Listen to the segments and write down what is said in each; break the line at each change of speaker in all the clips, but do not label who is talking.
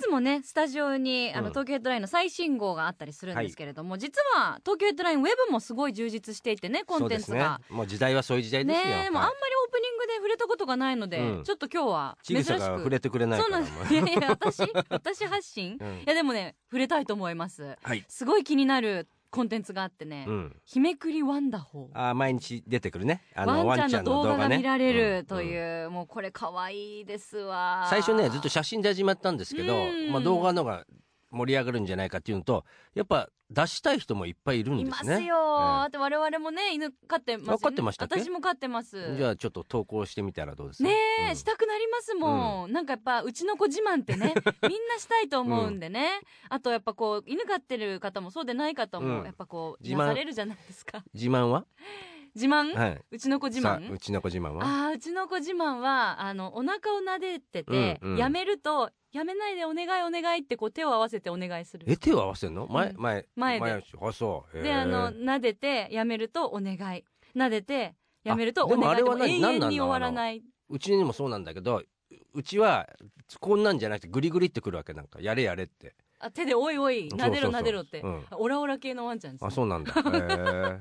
つもねスタジオにあの、
うん
東京ヘッドラインの最新号があったりするんですけれども、実は東京ヘッドラインウェブもすごい充実していてねコンテンツ
そうです
が。
ねもう時代はそういう時代ですよ、
ねえ、もうあんまりオープニングで触れたことがないので、
うん
ちょっと今日は
ち
珍
ぐ
しく
さが触れてくれない
そう
から
なん
もう
ですいやいや私私発信、
うん
いやでもね触れたいと思います
はい
すごい気になるコンテンツがあってね、
うん
日めくりワンダホー
あー毎日出てくるねあ
ワンちゃんの動画が見られると
うんうん
いう、もうこれ可愛いですわ
最初ねずっと写真で始まったんですけど
うん
まあ動画の方が盛り上がるんじゃないかっていうのとやっぱ出したい人もいっぱいいるん
い
で
ますす
ね
よ、あと我々もね犬飼ってますよね
あ飼ってましたっけ
私も飼ってます
じゃあちょっと投稿してみたらどうですか
ねえ、
うん
したくなりますもん、なんかやっぱうちの子自慢っ てねみんなしたいと思うんでね、あとやっぱこう犬飼ってる方もそうでない方も、
うん
やっぱこう
自
自
慢
慢されるじゃないですか
自慢は
自慢、
は
うちの子
い
自
さ
慢
あうちの子自慢は
あーうちの子自慢はあのお腹を撫でてて、
うんうん
やめるとやめないでお願いお願いってこう手を合わせてお願いする
え手を合わせるの前
うん
前
前で
足あそうへー
であの撫でてやめるとお願い撫でてやめると
あ
お願い
でもあれは
永
何
遠
何なの
に終わらない。
うちにもそうなんだけどうちはこんなんじゃなくてグリグリってくるわけなんかやれやれって
あ手でおいおい
そう
撫で
そ
ろ
うそう
撫でろって、
うん
オラオラ系のワンちゃんです、ね
あ、そうなんだ へー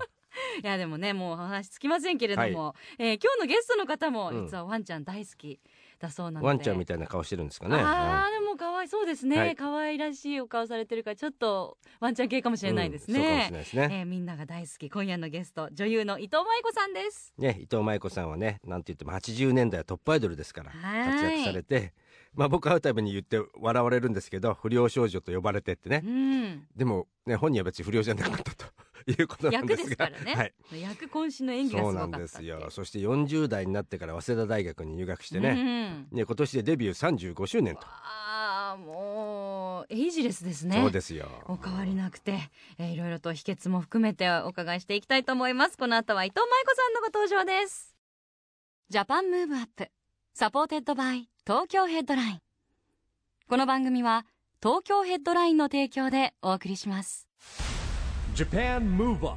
いやでもねもうお話つきませんけれども、えー今日のゲストの方も
うん
実はワンちゃん大好きだそうなので、
ワンちゃんみたいな顔してるんですかね
ああでも可愛いそうですね、
はい
可愛らしいお顔されてるからちょっとワンちゃん系かもし
う
れ
ん
ないです
そうかもしれ
ね、
ないですね
えーみんなが大好き今夜のゲスト女優の伊藤舞子さんです
ね、伊藤舞子さんはねなんて言っても80年代はトップアイドルですから
はい
活躍されて、まあ、僕会うたびに言って笑われるんですけど不良少女と呼ばれてってね
うん
でも、ね、本人は別に不良じゃなかった ということなん
役
で
ですす
が
からね、
はい、
役渾身の演技がす
そう
ご
な
かっ
ん
たって
で
い
すよそして40代になってから早稲田大学に入学してね,、
ね、
ね今年でデビュー35周年と、
ああもうエイジレスですね
そうですよ
お変わりなくて、えーいろいろと秘訣も含めてお伺いしていきたいと思いますこの後は伊藤舞子さんのご登場ですジャパンムーブアップサポーテッドバイ東京ヘッドラインこの番組は東京ヘッドラインの提供でお送りします
JAPAN MOVE UP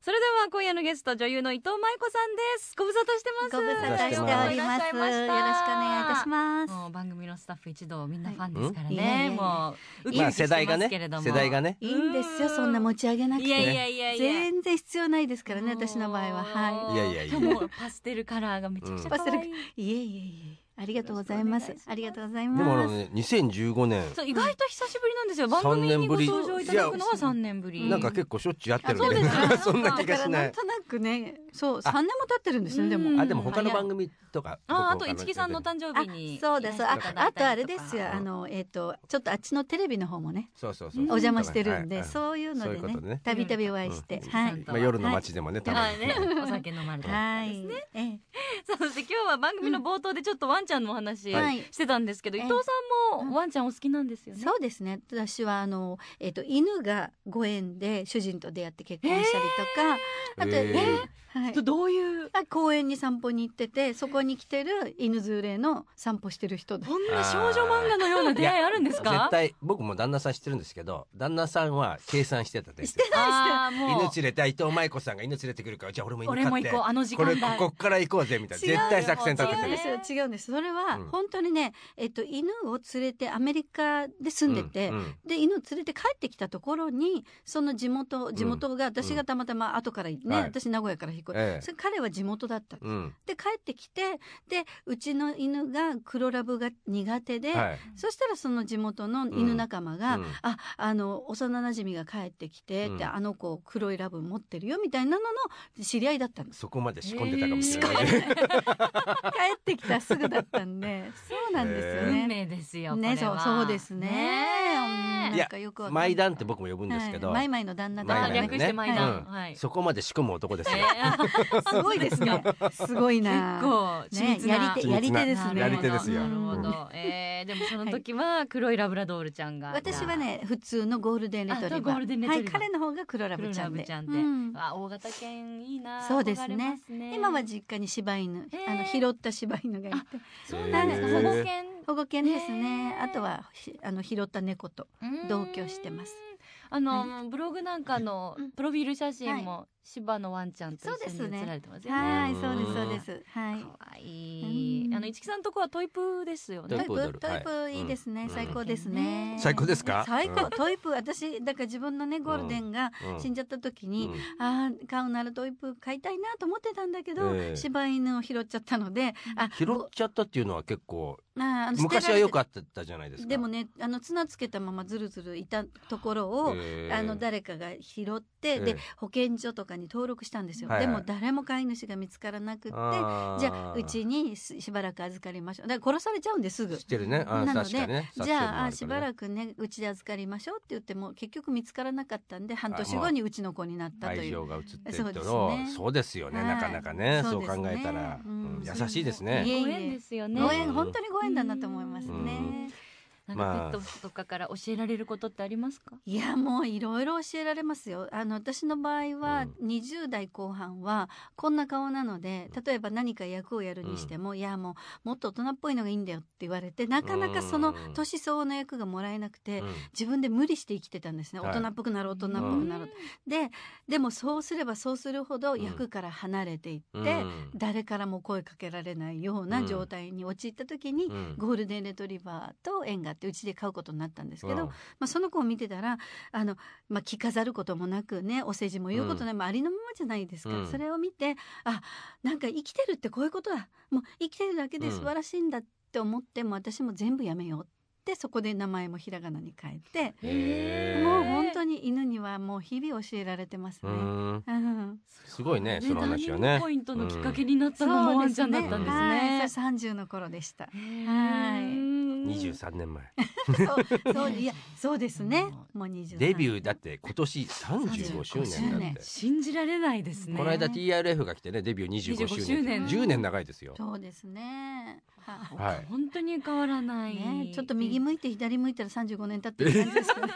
それでは今夜のゲスト女優の伊藤舞子さんですご無沙汰してます
ご無沙汰しております。よろしくお願いいたします。
もう番組のスタッフ一同みんなファン
はい
ですから
うんいやいやい
ね、
や
もうウキ
ま
ウ
あ
キ
世
してま
代が
すけ
ね
れども、
世代がね
いいんですよ、そんな持ち上げなく
いやい
て。
やいやいや
全然必要ないですからね、私の場合は。はい
やいやいや
しかもパステルカラーがめちゃくちゃ可愛い、
い。いえいえいえ。ありがとうございます。ありがとうござい
でもあ
ま
の、
す。
ね、2015年
そう意外と久しぶりなんですよ番
三
組に
年
ご
ぶり
登場いただくのは3年ぶり
なんか結構しょっちゅうやってるんで、
あそうですね
そんな
だ
気が
から
し
な
なんい
となくね、そう、三年も経ってるんですよ、で
うん
も。
あでも他の番組とか
ああと
僕他の
一木さんの誕生
あ
日に、
そうだそう。ああとあれですよ、
ん
あの、えっと、ちょっとあっちのテレビの方もね、
そうそう
う
そ
ん
う
お邪魔してるんで、
はい
そういうので
そういうことね
ね、たびたびお会いして
う。ん
はい。
まあ、夜の街でもね、たま
はい
に、
ねお酒飲まれたりとか
は
です
い
ね、。
ええ
さあそして今日は番組の冒頭でちょっとワンちゃんのお話
はい
してたんですけど、
ええ
伊藤さんもワンちゃんお好きなんですよね、
そうですね私はあの、えっと犬がご縁で主人と出会って結婚したりとか、あと、
えー
はい
ど、どういう
あ公園に散歩に行っててそこに来てる犬連れの散歩してる 人で
こんな少女漫画のような出会いあるんですか
絶対僕も旦那さん知ってるんですけど旦那さんは計算してたですよ
あー
犬
もう
連れて伊藤舞子さんが犬連れてくるからじゃあ俺も犬飼って
俺も行こうあの時
こ
間
れ
帯
ここっから行こうぜみたいな
違うよ
絶対作戦立て
違
て
う
る
んですよ違うんですそれは
うん
本当にね、えっと犬を連れてアメリカで住んでて、
ううん
で犬連れて帰ってきたところにその地元地元が私がたまたま後からね、
はい
私名古屋から引っ越して、
ええ
それ彼は地元だった
うん
で帰ってきてでうちの犬が黒ラブが苦手で、
はい
そしたらその地元の犬仲間が「
うん
ああの幼馴染みが帰ってきて」って、
うん
あの子黒いラブ持ってるよ」みたいなのの知り合いだったん です。
そこまで仕込んでたかもしれない、
帰ってきたすぐだったんでそうなんですよ
へ
運
ね。
命生ですよ。
ね、
これ
そう
は
そうですね。うん
い
な
や
んかよくわかんな
マ
い
イダンって僕も呼ぶんですけど、
はい、マイマイの旦那と
マ
か
あ
イマ
ね
イ
略してマイダン。はい。
そこまで仕込む男ですよ、
えー
すごいです ね。すごい
結
な。
構緻
ね
密、な
やり手やり手ですね。
やり手ですよ
なるほ
うん
ど。えーでもその時は黒いラブラドールちゃんが。
私はね普通のゴールデンレトリ
あと
バ
ゴールデン
ー
レト
は
リ
い
バー
彼の方が黒ラブちゃん
黒ラ
で
ブちゃんで
うん
あ大型犬いいな
そうですね
憧れまね
今は実家に柴
へ
犬
ー
あの拾った柴犬がいて
そうなんですか
へー
保護犬
保護犬で
へ
すね
ー
あとはひあの拾った猫と同居してます
あの、ブログなんかの
うん
プロフィール写真も芝のワンちゃんと
そうで
一緒
す
に
ね
写られてますよね。
はいそうですそうですはい
可愛い
うん
あの市木さんのとこはトイプーですよ
トイ
ト
プ
イ
ね。
ード
プ
ル
トイプ
はい
いいですね、
うん
最高ですね、
うん
最高ですか
最
う
高
ん
トイプ私だから自分のねゴールデンが
うん
死んじゃった時
う
に、
ん
あー買うならトイプ買いたいなと思ってたんだけど、
ええ
柴犬を拾っちゃったのであ
拾っちゃったっていうのは結構
ああの
昔はよく
っ
あったじゃないですか
でもねあの綱つけたままずるずるいたところを、
えー
あの誰かが拾って、
ええ
で保健所とかに登録したんですよ、
はいはい
でも誰も飼い主が見つからなくって
あー
じゃあうちにすしばらく預かりましょうだから殺されちゃうんですすぐ
知ってるねあ
なので
確かね
じゃあしば
く
らくねうちで預かりましょうって言っても結局見つからなかったんで半年
あまあ
後にうちの子になったと
愛
いう
情が移ってる
そう
と
です
の
ね
そうですよね
はい
なかなかね
そ
そうう
で
考
すね
えたら
うん
うん優しいですね
いえ
ご縁ですよね。
うん
ご縁本当にご縁だなと思いますね。
うん
なん
ま
か
あ
ペットとかから教えられることってありますか？
いやもういろいろ教えられますよあの私の場合は20代後半はこんな顔なので例えば何か役をやるにしても、いやもうもっと大人っぽいのがいいんだよって言われてなかなかその
うん
年相応の役がもらえなくて、
うん
自分で無理して生きてたんですね、
はい
大人っぽくなろう大人っぽくなろう、ででもそうすればそうするほど役から離れていって、
うん
誰からも声かけられないよう
う
なん状態に陥った時に、
うん
ゴールデンレトリバーと縁があってうちで飼うことになったんですけど、
うん
まあ、その子を見てたらあの、まあ、着飾ることもなくねお世辞も言うことない、まあ、ありのままじゃないですか、
うん
それを見てあなんか生きてるってこういうことだもう生きてるだけで素晴らしいんだって思っても、私も全部やめようってそこで名前もひらがなに変えて、
へー
もう本当に犬にはもう日々教えられてますね。
うん
うん
すごいねその話は
ダーニン
ね
グポイントのきっかけになったのも
そう
ワン
で
ち
す
ゃんだ
ね
ったんで
はい、
すね。
三十の頃 でした。はい
二
23年前
そう、そう、いや、そうですね。もう二十。
デビ
ー。
ューだって今年35周年だっ
35周
て
年
信じられないですね。
この間 TRF が来てねデビュー25
25
周
周
年
年
10年長いですよ
そうですね。は
はい
本当に変わらない。
ね、ちょっと右向いて左向いたら三十五年経ってる感じですけどね。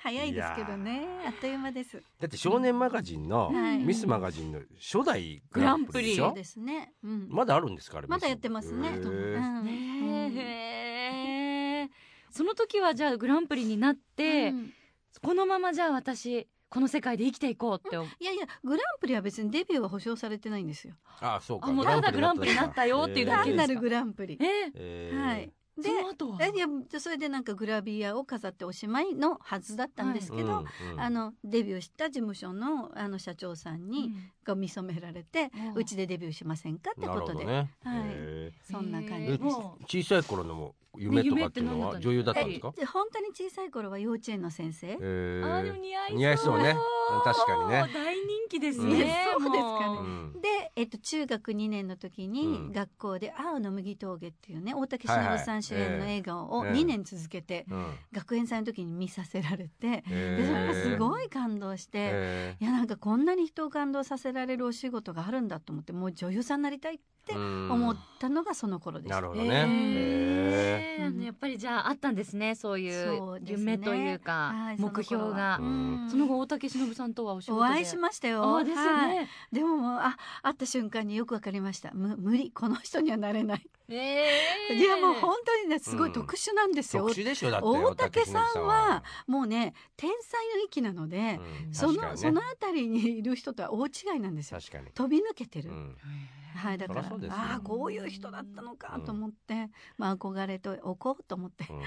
早いですけどね。あっという間です。
だって少年マガジンの
はい
ミスマガジンの初代グランプリでし
グラ
そう
ょ
ですね。うん。
まだあるんですから
まだやってますね。
へ
う
ー
んうん
ねえその時はじゃあグランプリになって、
うん
このままじゃあ私この世界で生きていこうって思う、
いやいや、グランプリは別にデビューは保証されてないんですよ。
あそうか
あもうただグランプリになったよっていうだけ
単
です
なるグランプリ。
え
えー
はい。で
そ、の後は
えいやそれでなんかグラビアを飾っておしまいのはずだったんですけど、
うんうん
あのデビューした事務所のあの社長さんに、が見初められて、
うん
うちでデビューしませんかって
な
こ
るほ
と
ど
で、
ね
はい
へ
そんな感
ー
え
じで
え
ー
した。
もう
小さい頃のも夢とかっていうの
夢
は
って
女優
何だ
だ
っ
ったたん
んで
ですす
か
か
で本当に小さい頃は幼稚園の先生
へ。ー
あーでも似合いそう
似合いそうね確かにね
大人気です
うん
ね、
そうですかね
もう
うん
で、えっと、中学2年の時
うん
に学校で「青の麦峠」っていうね大竹し
はい
の
はい
ぶさん主演の
ええ
映画を
ええ
2年続けて
うん
学園祭の時に見させられて
へ
でそれ
ー
がすごい感動して
へ
いやなんかこんなに人を感動させられるお仕事があるんだと思ってもう女優さんになりたいって
ーうん
思ったのがその頃でした。
なるほどね
えー
へ
あのやっぱりじゃああったんですねそうい
そううですね
夢という
は
か
い
目標が
う
うんん
その後大竹しのぶさんとはお仕事
お
で
会いしましたよ。
あーですよ
はい
ね、
でももうあ会った瞬間によくわかりました。む無理この人にはなれない。
ええ
いやもう本当にねすご
う
い
ん
特殊なんですよ。
特殊でしょだって
大竹さんは
大
もうね天才の域なので、
うん
そ
確
の
かにね
そのあたりにいる人とは大違いなんですよ。
確かに
飛び抜けてる。
うん
はいだから
そりゃそうですよ
ああこういう人だったのかと思って、まあ憧れとおこうと思って。
うん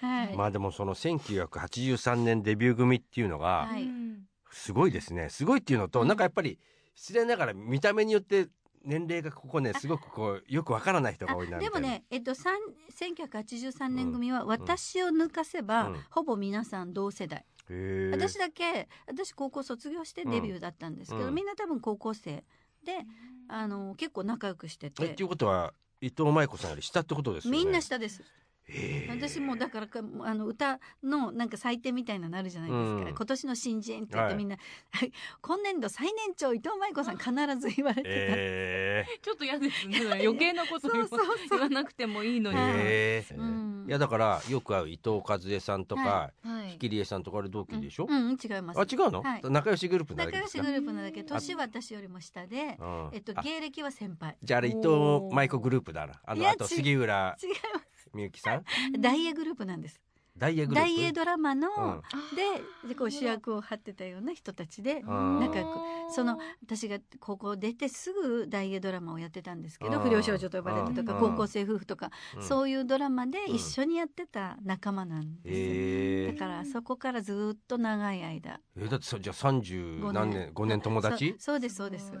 はい。
まあでもその1983年デビュー組っていうのが
はい
うん
すごいですね、すごいっていうのと、
うん
なんかやっぱり失礼ながら見た目によって年齢がここねすごくこうよくわからない人が多いな
あ
みた
で
い
も
な
ね、えっと、三1983年組は私を抜かせば、
うん
ほぼ皆さん同世代、
へー
私だけ私高校卒業してデビューだったんですけど、
うん
みんな多分高校生であの結構仲良くして
えってていうことは伊藤舞子さんより下ってことですよね
みんな下です
ええ
私もだからかあの歌のなんか祭典みたいなのあるじゃないですか、
うん
今年の新人って言っ
は
て
い
みんな、 はい今年度最年長伊藤舞子さん必ず言われてた、
え
ちょっと嫌ですね余計なこと言わ
そうそうそう
言わなくてもいいの
え
に、
はい
ええ
うん
いやだからよく会う伊藤和恵さんとか、
はい
ひきりえさんとかあれ同期でしょ、
うん、うん違います
あ違うの、
はい
仲良しグループなだ
仲
け
良
です
し
か
グループなだけ
うん
年は私よりも下で、
うん
えっと、
あ
芸歴は先輩
じゃああれ伊藤舞子グループだなあ
い
の
や
あと杉浦
違いま
みゆきさん
す大英グループなんです
ダイエグループ
大英ドラマの、
うん
ででこう主役を張ってたような人たちで
うん
仲良くその私が高校出てすぐ大英ドラマをやってたんですけ
う
ど
ん
不良少女と呼ばれたとか
うん
高校生夫婦とか
うん
そういうドラマで一緒にやってた仲間なんですよ
え
だ
え
からそこからずっと長い間
えだってさじゃあ三十何年五年友達
そそうですそうです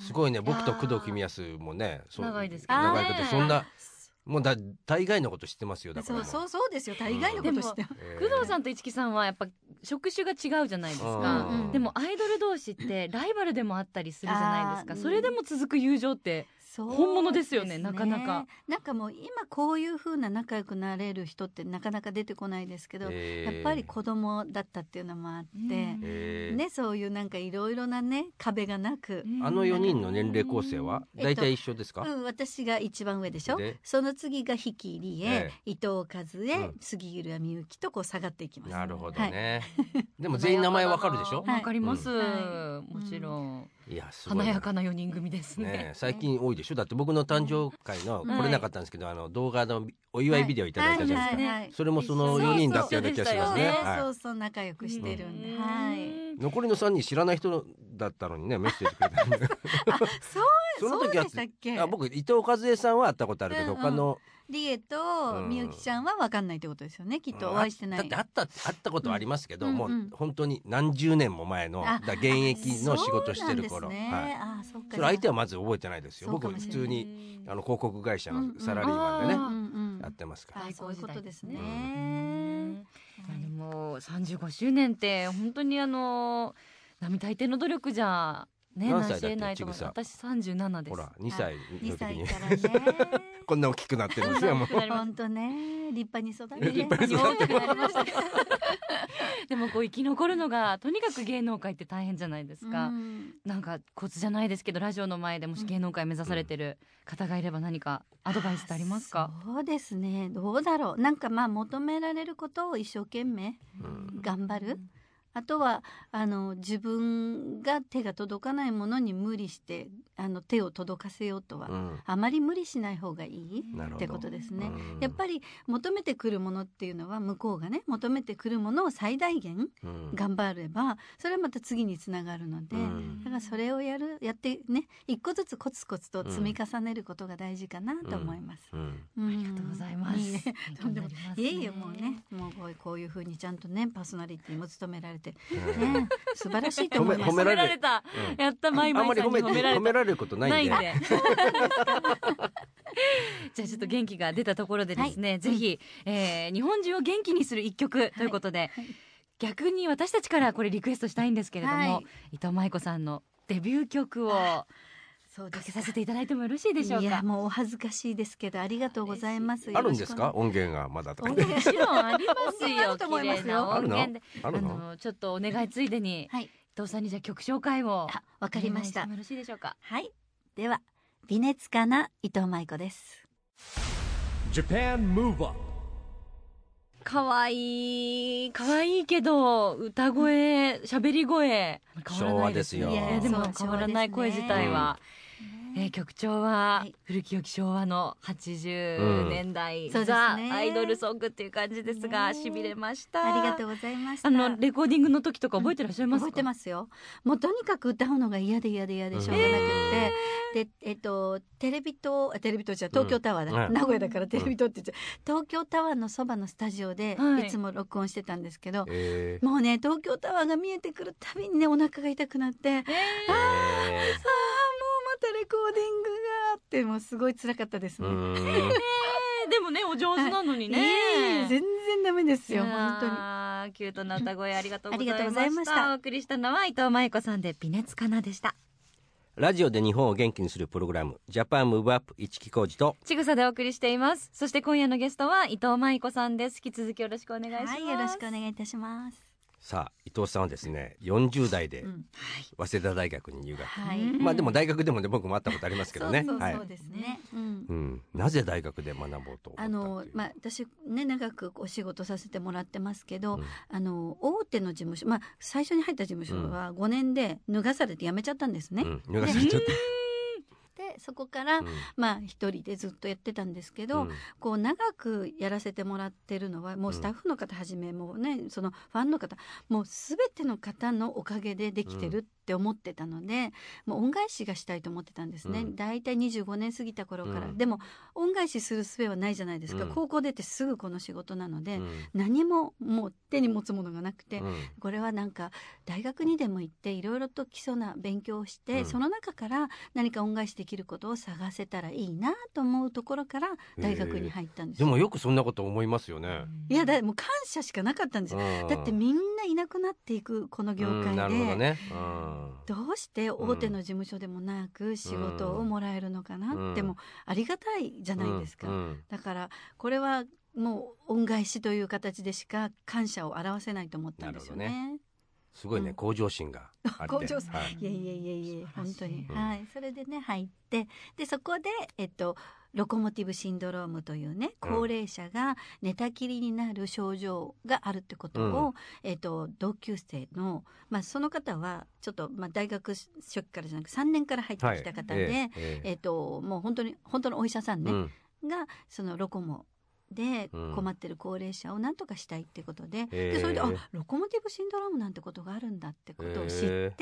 すごいね僕と工藤公康もねそう
長いですけ
どね
長いけどそんなもうだ大概のこと知ってますよだから、
そうそううそうですよ大概のことしてます
ええ
工藤さんと一木さんはやっぱ職種が違うじゃないですか
うんうん
でもアイドル同士ってライバルでもあったりするじゃないです
あ
か
ー
それでも続く友情って
そう
本物ですよねなかなか
なんかもう今こういう風な仲良くなれる人ってなかなか出てこないですけど、
え
やっぱり子供だったっていうのもあって、
うん
ええ
ねそういうなんかいろいろなね壁がなく、
あの四人の年齢構成は
えっと
大体一緒ですか、
うん、私が一番上でしょ
で
その次が比企理恵、
え
伊藤和恵、
うん
杉浦美幸とこう下がっていきます。
なるほどね、でも全員名前わかるでし ょ、
はい
わかります、
は
もちろん、
い、やすごいな
華やかな四人組ですね
ねえ最近多いでしょだって僕の誕生会の
はい
来れなかったんですけど、あの動画のお祝いビデオいただいたじゃないですか、
はいはいはい
それもその4人だったような気がしますね
そう
はい
そうそう仲良くしてるんで、はい。
残りの3人知らない人だったのにねメッセージくれたんで
そう
その
そう
時
で
は
したっけ？
あ僕伊藤和恵さんは会ったことあるけど、
うんうん
他の
理恵と美幸ちゃんは分かんないってことですよね。きっとお会いしてない。
だって会った会ったことはありますけど、
うん
もう
うん
本当に何十年も前の
あ
だ現役の仕事してる
そう
頃
なんですね
はい、
あそっ
そ
か。
れ相手はまず覚えてないですよ
そう
僕
かも
普
しれない
通にあの広告会社
うん
の
うん
サラリーマンでね、
あ
うんうん
やってますから、
あそういうことですね。
うんいやでも35周年って本当にあの並大抵の努力じゃね
何歳だっ
成して得ないと思う
ちぐさ
私37で
ほ
す
ら2歳
二
の時
歳
に
からね。
こんな大きくなってるんですよもう
なります
本当ね、立派に育って、
立派に
ようやくなりました。
でもこう生き残るのがとにかく芸能界って大変じゃないですか、
うん
なんかコツじゃないですけどラジオの前でもし芸能界目指されてる方がいれば何かアドバイスってありますか、
そうですねどうだろうなんかまあ求められることを一生懸命
うん
頑張るあとはあの自分が手が届かないものに無理してあの手を届かせようとは、
うん
あまり無理しない方がいい
なるほど
ってことですね。
うん
やっぱり求めてくるものっていうのは向こうがね求めてくるものを最大限
うん
頑張ればそれはまた次につながるので、
うん
だからそれをやるやってね一個ずつコツコツと積み重ねることが大事かなと思います。
うん
あ
ありがとうございます。
いいね
勉強になります
いえいえもうねもうこういうこういうふうにちゃんとねパーソナリティも務め られて、
うん
ね、素晴らしいと思います
褒
褒
め
め
られる
られた。
うん
やった、マイ
あ
マ
んま
イ
り
さん
褒
に
めて
褒められ
褒
た
め。られることないんで。
で。じゃあちょっと元気が出たところでですね、ぜひ、えー日本中を元気にする一曲ということで、
はい
逆に私たちからこれリクエストしたいんですけれども、
はい
伊藤舞子さんのデビュー曲をか
そうです
けさせていただいてもよろしいでしょう
いや
か。
もうお恥ずかしいですけどありがとうございます。
あるんです
よ
か音源がまだとか
ろしくお願い
ね。
もちろんあります
音源あ
よ。
ると思いますよ
綺麗な音源で
ある の
のちょっとお願いついでに、
はい
伊藤さんにじゃあ曲紹介を
あわかりまし
お願いして
た
も。よろしいでしょうか。
はい。では微熱かな伊藤舞子です。
Japan Move Up
可愛い可愛いけど歌声喋り声変わらないですね
昭和ですよ
いやいやでも
そう
変わらない
昭和
声
ですね
自体は、えー曲調は
はい
古き良き昭和の
うん
80年代、
そうです
ザ・
ね
アイドルソングっていう感じですが
ね
しびれました
ありが
う
とうございました。
あのレコーディングの時とか覚えてらっしゃいますか、
覚えてますよ。もうとにかく歌うのが嫌で嫌で嫌でしょうがなくって、でえっとテレビ塔あテレビ塔じゃ東京タワーだ、
うん
名古屋だからテレビ塔って言っちゃう東京タワーのそばのスタジオで
はい
いつも録音してたんですけど、
えー
もうね東京タワーが見えてくるたびにねお腹が痛くなって。
えー
ああもうまたレコーディングがってもうすごい辛かったです
う
ね。
ーん
えーでもねお上手なのに
いえいえ
ね
全然ダメです
いや
よ
ー
本当に。
キュートな歌声ありがとうござい
ありがとうござい
ま
ま
し
したた
お送りしたのは伊藤舞子さんで微熱かなでした
ラジオで日本を元気にするプログラムジャパンムーブアップ一木工事と
ちぐさでお送りしていますそして今夜のゲストは伊藤舞子さんです引き続きよろしくお願いします、
はいよろしくお願いいたします
さあ伊藤さんはですね40代で
うん
早稲田大学に入学、
はい
うん
まあでも大学でもね僕も会ったことありますけどね
そうそう
はい
そうですね、うん
うん、なぜ大学で学ぼうと思った
あのまあ
あ、
私ね長くお仕事させてもらってますけど、
うん
あの大手の事務所まあ最初に入った事務所は5年で脱がされて辞めちゃったんですね。
うん、脱がされちゃった
でそこから、
うん
まあ一人でずっとやってたんですけ ど、
うん
こう長くやらせてもらってるのはもうスタッフの方はじめもうねそのファンの方もう全ての方のおかげでできてるって思ってたので、もう恩返しがしたいと思ってたんです
う
ね、
ん
大体25年過ぎた頃から、
うん
でも恩返しする術はないじゃないですか、
うん
高校出てすぐこの仕事なので、
うん
何ももう手に持つものがなくて、
うん
これはなんか大学にでも行っていろいろと基礎な勉強をし
う
て、
ん
その中から何か恩返しできることを探せたらいいなと思うところから大学に入ったんです
で
よ。
もよくそんなこと思いますよね。
いやだもう感謝しかなかったんですよ。だってみんないなくなっていくこの業
う
界
んなるほ
で。
どね。うん
どうして大手の事務所でもなく仕事をもらえるのかなって
うん
もうありがたいじゃないですか、
うんうん
だからこれはもう恩返しという形でしか感謝を表せないと思ったんですよ
なる
ね。
すごいね、
うん
向上心があって。
向上心
はい
いやいやいやいや
素晴らし
本
い
当に、
うん
はいそれでね入ってでそこでえっとロコモティブシンドロームというね
うん
高齢者が寝たきりになる症状があるってことを、
うん
えっと、同級生の、まあ、その方はちょっと、まあ、大学初期からじゃなく3年から入って
はい
きた方で、
え
え
えええ
っと、もう本当に本当のお医者さんね、
うん
がそのロコモで
うん
困ってる高齢者をなんとかしたいってことで,、
へー
でそれであロコモティブシンドロームなんてことがあるんだってことを知って、
え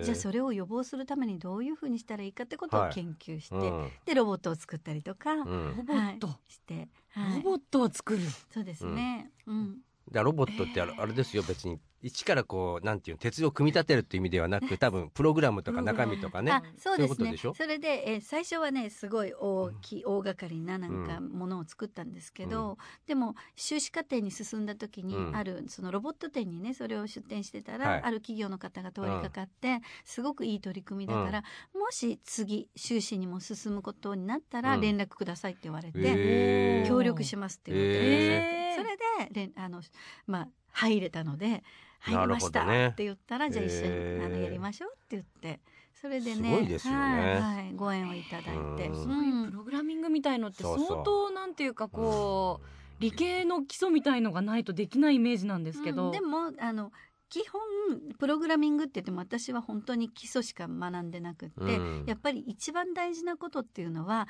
え
じゃあそれを予防するためにどういうふうにしたらいいかってこと
は
を
い
研究して、
うん
でロボットを作ったりとか、
うん
ロボット、
はいして、は
ロ
い、
ボットを作る。
そうですね、うん
だからロボットってあれ,、あれですよ別に一からこうなんていうの鉄を組み立てるっていう意味ではなく多分プログラムとか中身とかね
あそう
そう
です
いうこと
ね
でし
そ
ょ
れで、えー最初はねすごい大きい、大掛かりななんか
う
ものを作ったんですけど、でも修士課程に進んだ時に、
うん
あるそのロボット店にねそれを出展してたら、
はい
ある企業の方が通りかかって、すごくいい取り組みだから、もし次修士にも進むことになったら
うん
連絡くださいって言われて。
ええ
協力しますって言ってください
えー
それでれんあの、まあ、入れたので「入りまし
なる
た」
ほどね
って言ったら、じゃあ一緒に、
えー
あのやりましょうって言ってそれでね
すごいですよね
はいはい、ご縁をいただいて。
うん
そうういうプ
ん
ログラミングみたいのって
そう
相
そう
当なんていうかこう
うん
理系の基礎みたいのがないとできないイメージなんですけ
う
ど。
んでもあの基本プログラミングって言っても私は本当に基礎しか学んでなくって、
うん
やっぱり一番大事なことっていうのは、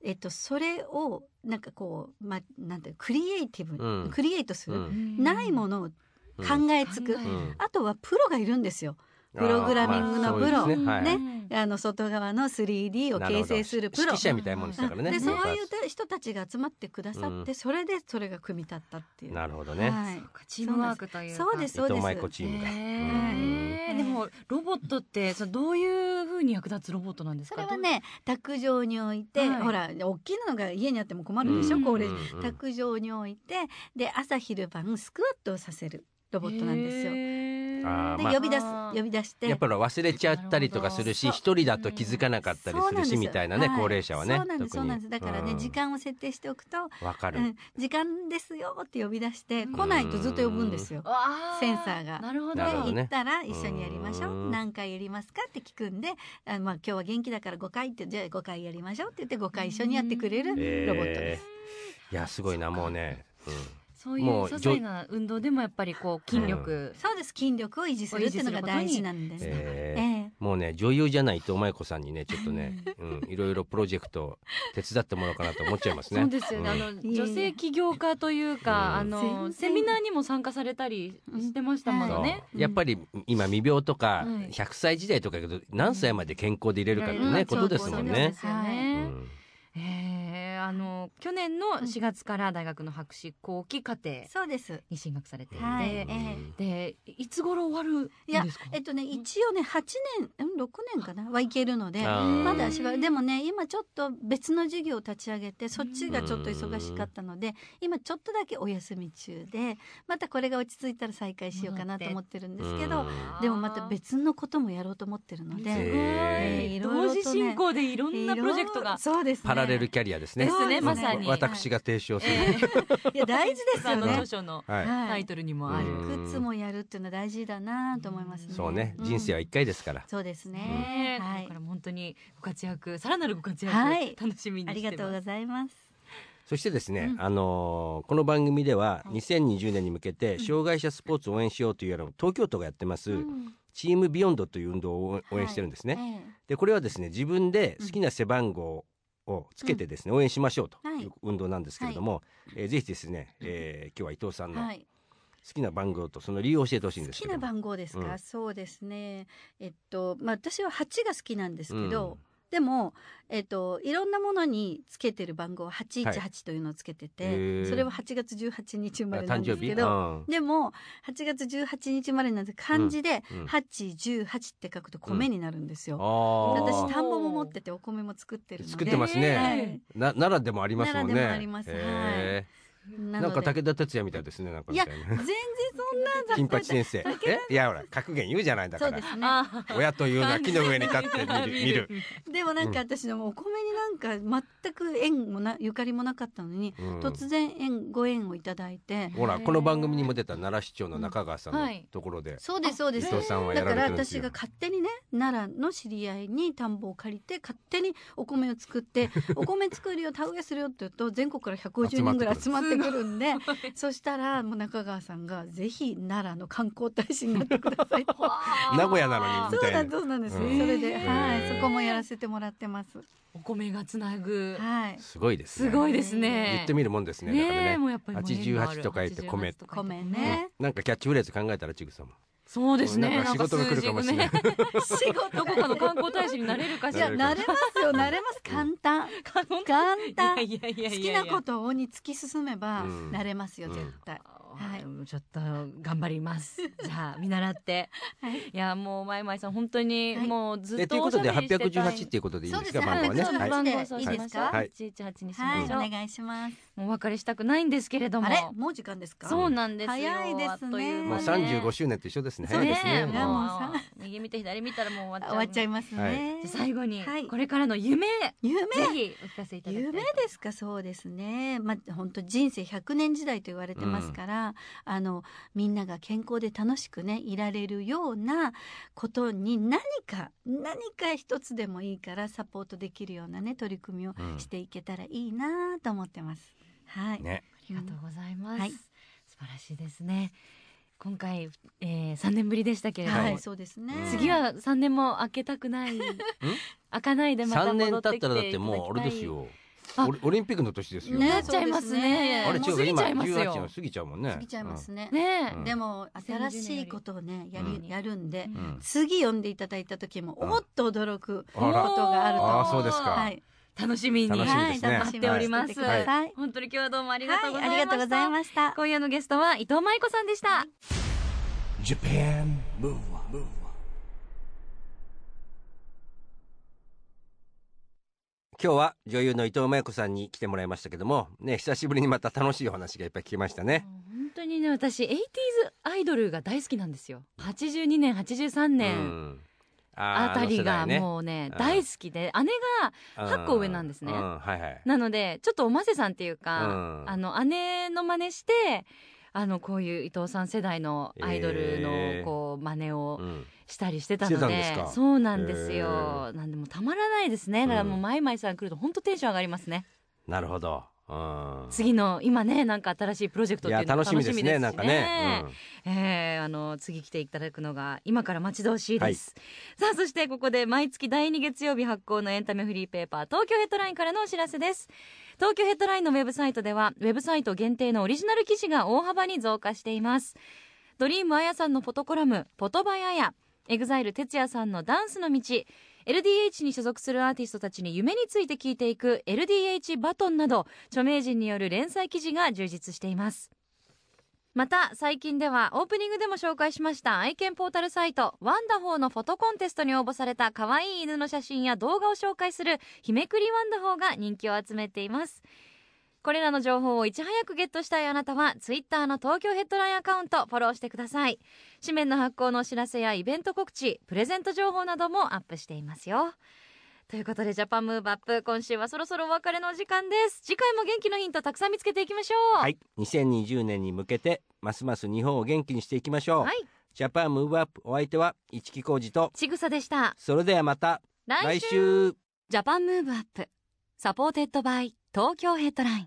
えっと、それをなんかこう、まあ、なんていうのクリエイティブ、
うん
クリエイトする、
うん
ないものを考えつく、
うん
うん
あとはプロがいるんですよ。プログラミングの
あー
プ
まあ
ロ
そうですねはい
ねあの外側の 3D を
なるほ
形
ど
成するプロ。
指揮者みたいなもんですからね。
でそう
パー
いう
ツ
た人たちが集まってくださって、
う
それでそれが組み立ったっていう。
なるほどね。
はい
そうかチームワークというか
そうですそう
伊
で
藤
す。
舞子チームが。うん
えーでもロボットってそのどういう風に役立つロボットなんです
そ
か
れはね卓上に置いて、
はい
ほら大きなのが家にあっても困るでしょ、
うん
高齢
うんうん
卓上に置いてで朝昼晩スクワットをさせるロボットなんですよ。で
あーまあ
呼び出す呼び出して
やっぱり忘れちゃったりとかするし
なるほ
一人だと気づかなかったり
そう
す
な
る
んです
し
よ
みたいなね
は
高齢者はね
そうなんで
特
すそう
に
なんですだからね、
うん
時間を設定しておくと、
わかる
うん、時間ですよって呼び出して来ないとずっと呼ぶんですよ。
あー
センサーが
なるほど
で
なるほどね
行ったら一緒にやりましょ
うん
う何回やりますかって聞くんであ、まあ、今日は元気だから5回ってじゃあ5回やりましょうって言って5回一緒にやってくれる
えー
ロボットです。
いやすごいなもうね
そういう
もう
些細な運動でもやっぱりこう筋力、
そうです筋力を維持するっていうのが大事なんで
うん
す。
え
え
ー
え
もうね女優じゃない伊藤舞子さんにねちょっと ね、うん、いろいろプロジェクト手伝ってもらおうかなと思っちゃいますね。
そうですよね、
うん
あの
いえいえ
女性起業家というか、
うん
あ
全
の
然
セミナーにも参加されたりしてましたも
そ
の
う
ね、
うん
やっぱり今未病と
は
か
い
100歳時代とかやけど何歳まで健康でいれるかって
うん
ねことですもんね。
そうですよ
は
ね
い
うん
えーあの
の去年の4月から大学の博士後期課程
そうです。
に進学されていて、
はい。え
で
え
いつ頃終わるんですか
えっとね、一応ね、8年、ん6年かなはいけるので、
あー
まだしばでもね、今ちょっと別の授業を立ち上げて、そっちがちょっと忙しかったので、今ちょっとだけお休み中で、またこれが落ち着いたら再開しようかなと思ってるんですけ
う
ど
ん、
でもまた別のこともやろうと思ってるの
すごい
で、
え
ーいろいろと
同
ね
時進行でいろんなプロジェクトが
そうですね。
パラレルキャリアですね
ですね
うん
まさに
私が提唱する、
いや、大事です
さ
よ
んの
ね
著。書の
はい
タ
は
イ
い。
トルにもある、
うん
靴もやるっていうのは大事だなと思いますね。
そうね、
うん
人生は一回ですから
そうですね。
ねえ
はい
これから本当にご活躍さらなるご活躍、
はい
楽しみに
あ
して
り
ます
がとうございます。
そしてですね、
うん
あのーこの番組では
はい
2020年に向けて障害者スポーツを応援しようというあの東京都がやってます、
うん
チームビヨンドという運動を応援してるんですね、
ええ
でこれはですね自分で好きな背番号をつけてですね、応援しましょうと
はい
いう運動なんですけれども、えーぜひですね、えー今日は伊藤さんの
は
好
い、
きな番号とその理由を教えてほしいん
好
ですけ
き
ど
な
も
番号ですか、
うん
そうですねえっとまあ私は8が好きなんですけど、でも、えっと、いろんなものにつけてる番号818というのをつけてて、
へー
それは8月18日生
うん
ま
あ
れな
誕
んで
生
す
日
け
う
ど
ん
でも8月18日生まれなんて漢字で
うんうん
818って書くと米になるんですよ。
あ
私
ー
田んぼも持っててお米も作ってるので
作ってますね
はい
な奈良でもありますもんね
奈良でもありますはい
へーな
なの
ん
で
か武田鉄矢みたいですねなんかみたいな
全然そん
金
な
八先生えいやほら格言言うじゃないんだ
そ
か
うで
ら
すね
あ
親というのは木の 上に立って見る見 る、
でもなんか私のもうお米になんか全く縁もなゆかりもなかったのに、
うん
突然縁ご縁をいただいて、
ほらこの番組にも出た奈良市長の中川さん
うん
の
はい
ところで、
そうですそうで
伊
す
藤さんはやら
だか
れ
ら
てるんです
私
よ
が勝手にね奈良の知り合いに田んぼを借りて勝手にお米を作って お米作るよ田植えするよって言うと全国から150人ぐらい集まってくるんでそしたらもう中川さんがぜひ奈良の観光大使になってくだ さいと
名古屋なのにみ
そう
た
ないん
な
そうなんです、
うん
それで、はい
へー
そこもやらせてもらってます
お米がつなぐ
はい
すごいですね
すごいですね
言ってみるもんですね
ね
だから
え
ね
もうやっぱりもう縁がある
88と書いて米
88と書いて
米ね、
なんかキャッチフレーズ考えたらちぐさも
そうですね
なんか仕事が来るかもしれない
ん か数字がね 仕事どこかの観光大使になれるかし
い
ら
や慣れますよ慣れます簡単
可能
簡単
いやいやいや
好
い
き
や
なことをに突き進めば
うん
なれますよ、
うん
絶対、
は
はい
い、ちょっと頑張ります。じゃあ見習って、
はい
い、やもうまいまいさん本当に
はい
もうず
え
っ
という
と
こ
おし
と
ゃべ
で
りしてたい。
818っていうことでいいですか
そう
番
です
号はね、は
818
い
番号そう
い
し
い
ま
で
しょう
すか
はい
一一八にし
はい
ま
お
しょう、
願いします
もうお別れしたくないんですけれども。
あれもう時間ですか
そうなんですよ。
早いですね
あっという
もう
間ね
35周年と一緒ですね
そうですね。
ね
も
いや
う
もうさ
右見て左見たらもう終
終わ
わっ
っ
ち
ちゃ
ゃう。
いますね、
はい
じゃあ最後に
はい
これからの夢、
夢
ぜひお聞かせいただきたいと
夢ですかそうですねまあ本当人生100年時代と言われてますから、あのみんなが健康で楽しくねいられるようなことに何か何か一つでもいいからサポートできるようなね取り組みを
うん
していけたらいいなと思ってます、はい、
ね
ありがとうございます。
はい
素晴らしいですね。今回、えー、3年ぶりでしたけれども、
はい、そうですね。
次は3年も開けたくない。開かないでまた
3
戻
年
って
経っ
き
た
ていた
ら
だ
だっ
きたい。
てもうあれです。よ
あ
オリオリンピックの年ですよ、
ね
なっちゃいますね。
そ
あ
う
れ
です
違
ね
も
う
過ぎ
今
ちゃ
18
いますよ
の。過ぎちゃうもんね
過ぎちゃいますね。
ねえ
うん
でも
2020
新しいことをねやる、
うん
やるんで、
うんうん
次読んでいただいた時も
うん
おっと驚くこと
あら
があると思
あーそうですか
はい、
楽しみに。
楽しみですね
はい、
待っております。
はいはい
本当に今日はどうもありがとうござい
あ
まし
り
た。
がとうございました。
今夜のゲストは伊藤舞子さんでした。
Japan Move Up,
今日は女優の伊藤真由子さんに来てもらいましたけどもね久しぶりにまた楽しいお話がいっぱい聞きましたね、
本当にね私 80s アイドルが大好きなんですよ82年83
う
年
ん、
あたりが
う
もうね
うん
大好きで姉が8個上なんですね
うん、はいはい
なのでちょっとおませさんっていうか、
うん
あの姉の真似してあのこういう伊藤さん世代のアイドル
え
の
ー
こう真似を
うん
したりしてたので,、
してたんですか
そうなんですよ、なんでもうたまらないですねだからもう
うん
まいまいさん来ると本当テンション上がりますね、
なるほど、うん、
次の今ねなんか新しいプロジェクト
い
ってい
や
うの
楽
も
しみですね
楽
なんかね、うん
えー、あの次来ていただくのが今から待ち遠しいです、さあそしてここで毎月第2月曜日発行のエンタメフリーペーパー東京ヘッドラインからのお知らせです東京ヘッドラインのウェブサイトではウェブサイト限定のオリジナル記事が大幅に増加していますドリームあやさんのフォトコラム「ポトバヤヤ」エグザイル哲也さんのダンスの道 LDH に所属するアーティストたちに夢について聞いていく LDH バトンなど著名人による連載記事が充実していますまた最近ではオープニングでも紹介しました愛犬ポータルサイトワンダホーのフォトコンテストに応募された可愛い犬の写真や動画を紹介する日めくりワンダホーが人気を集めていますこれらの情報をいち早くゲットしたいあなたはツイッターの東京ヘッドラインアカウントフォローしてください紙面の発行のお知らせやイベント告知プレゼント情報などもアップしていますよということでジャパンムーブアップ今週はそろそろお別れのお時間です次回も元気のヒントたくさん見つけていきましょう
はい2020年に向けてますます日本を元気にしていきましょう、
はい
ジャパンムーブアップお相手は市木浩二と
ちぐさでした
それではまた来
来週
週
ジャパンムーブアップサポーテッドバイ東京ヘッドライン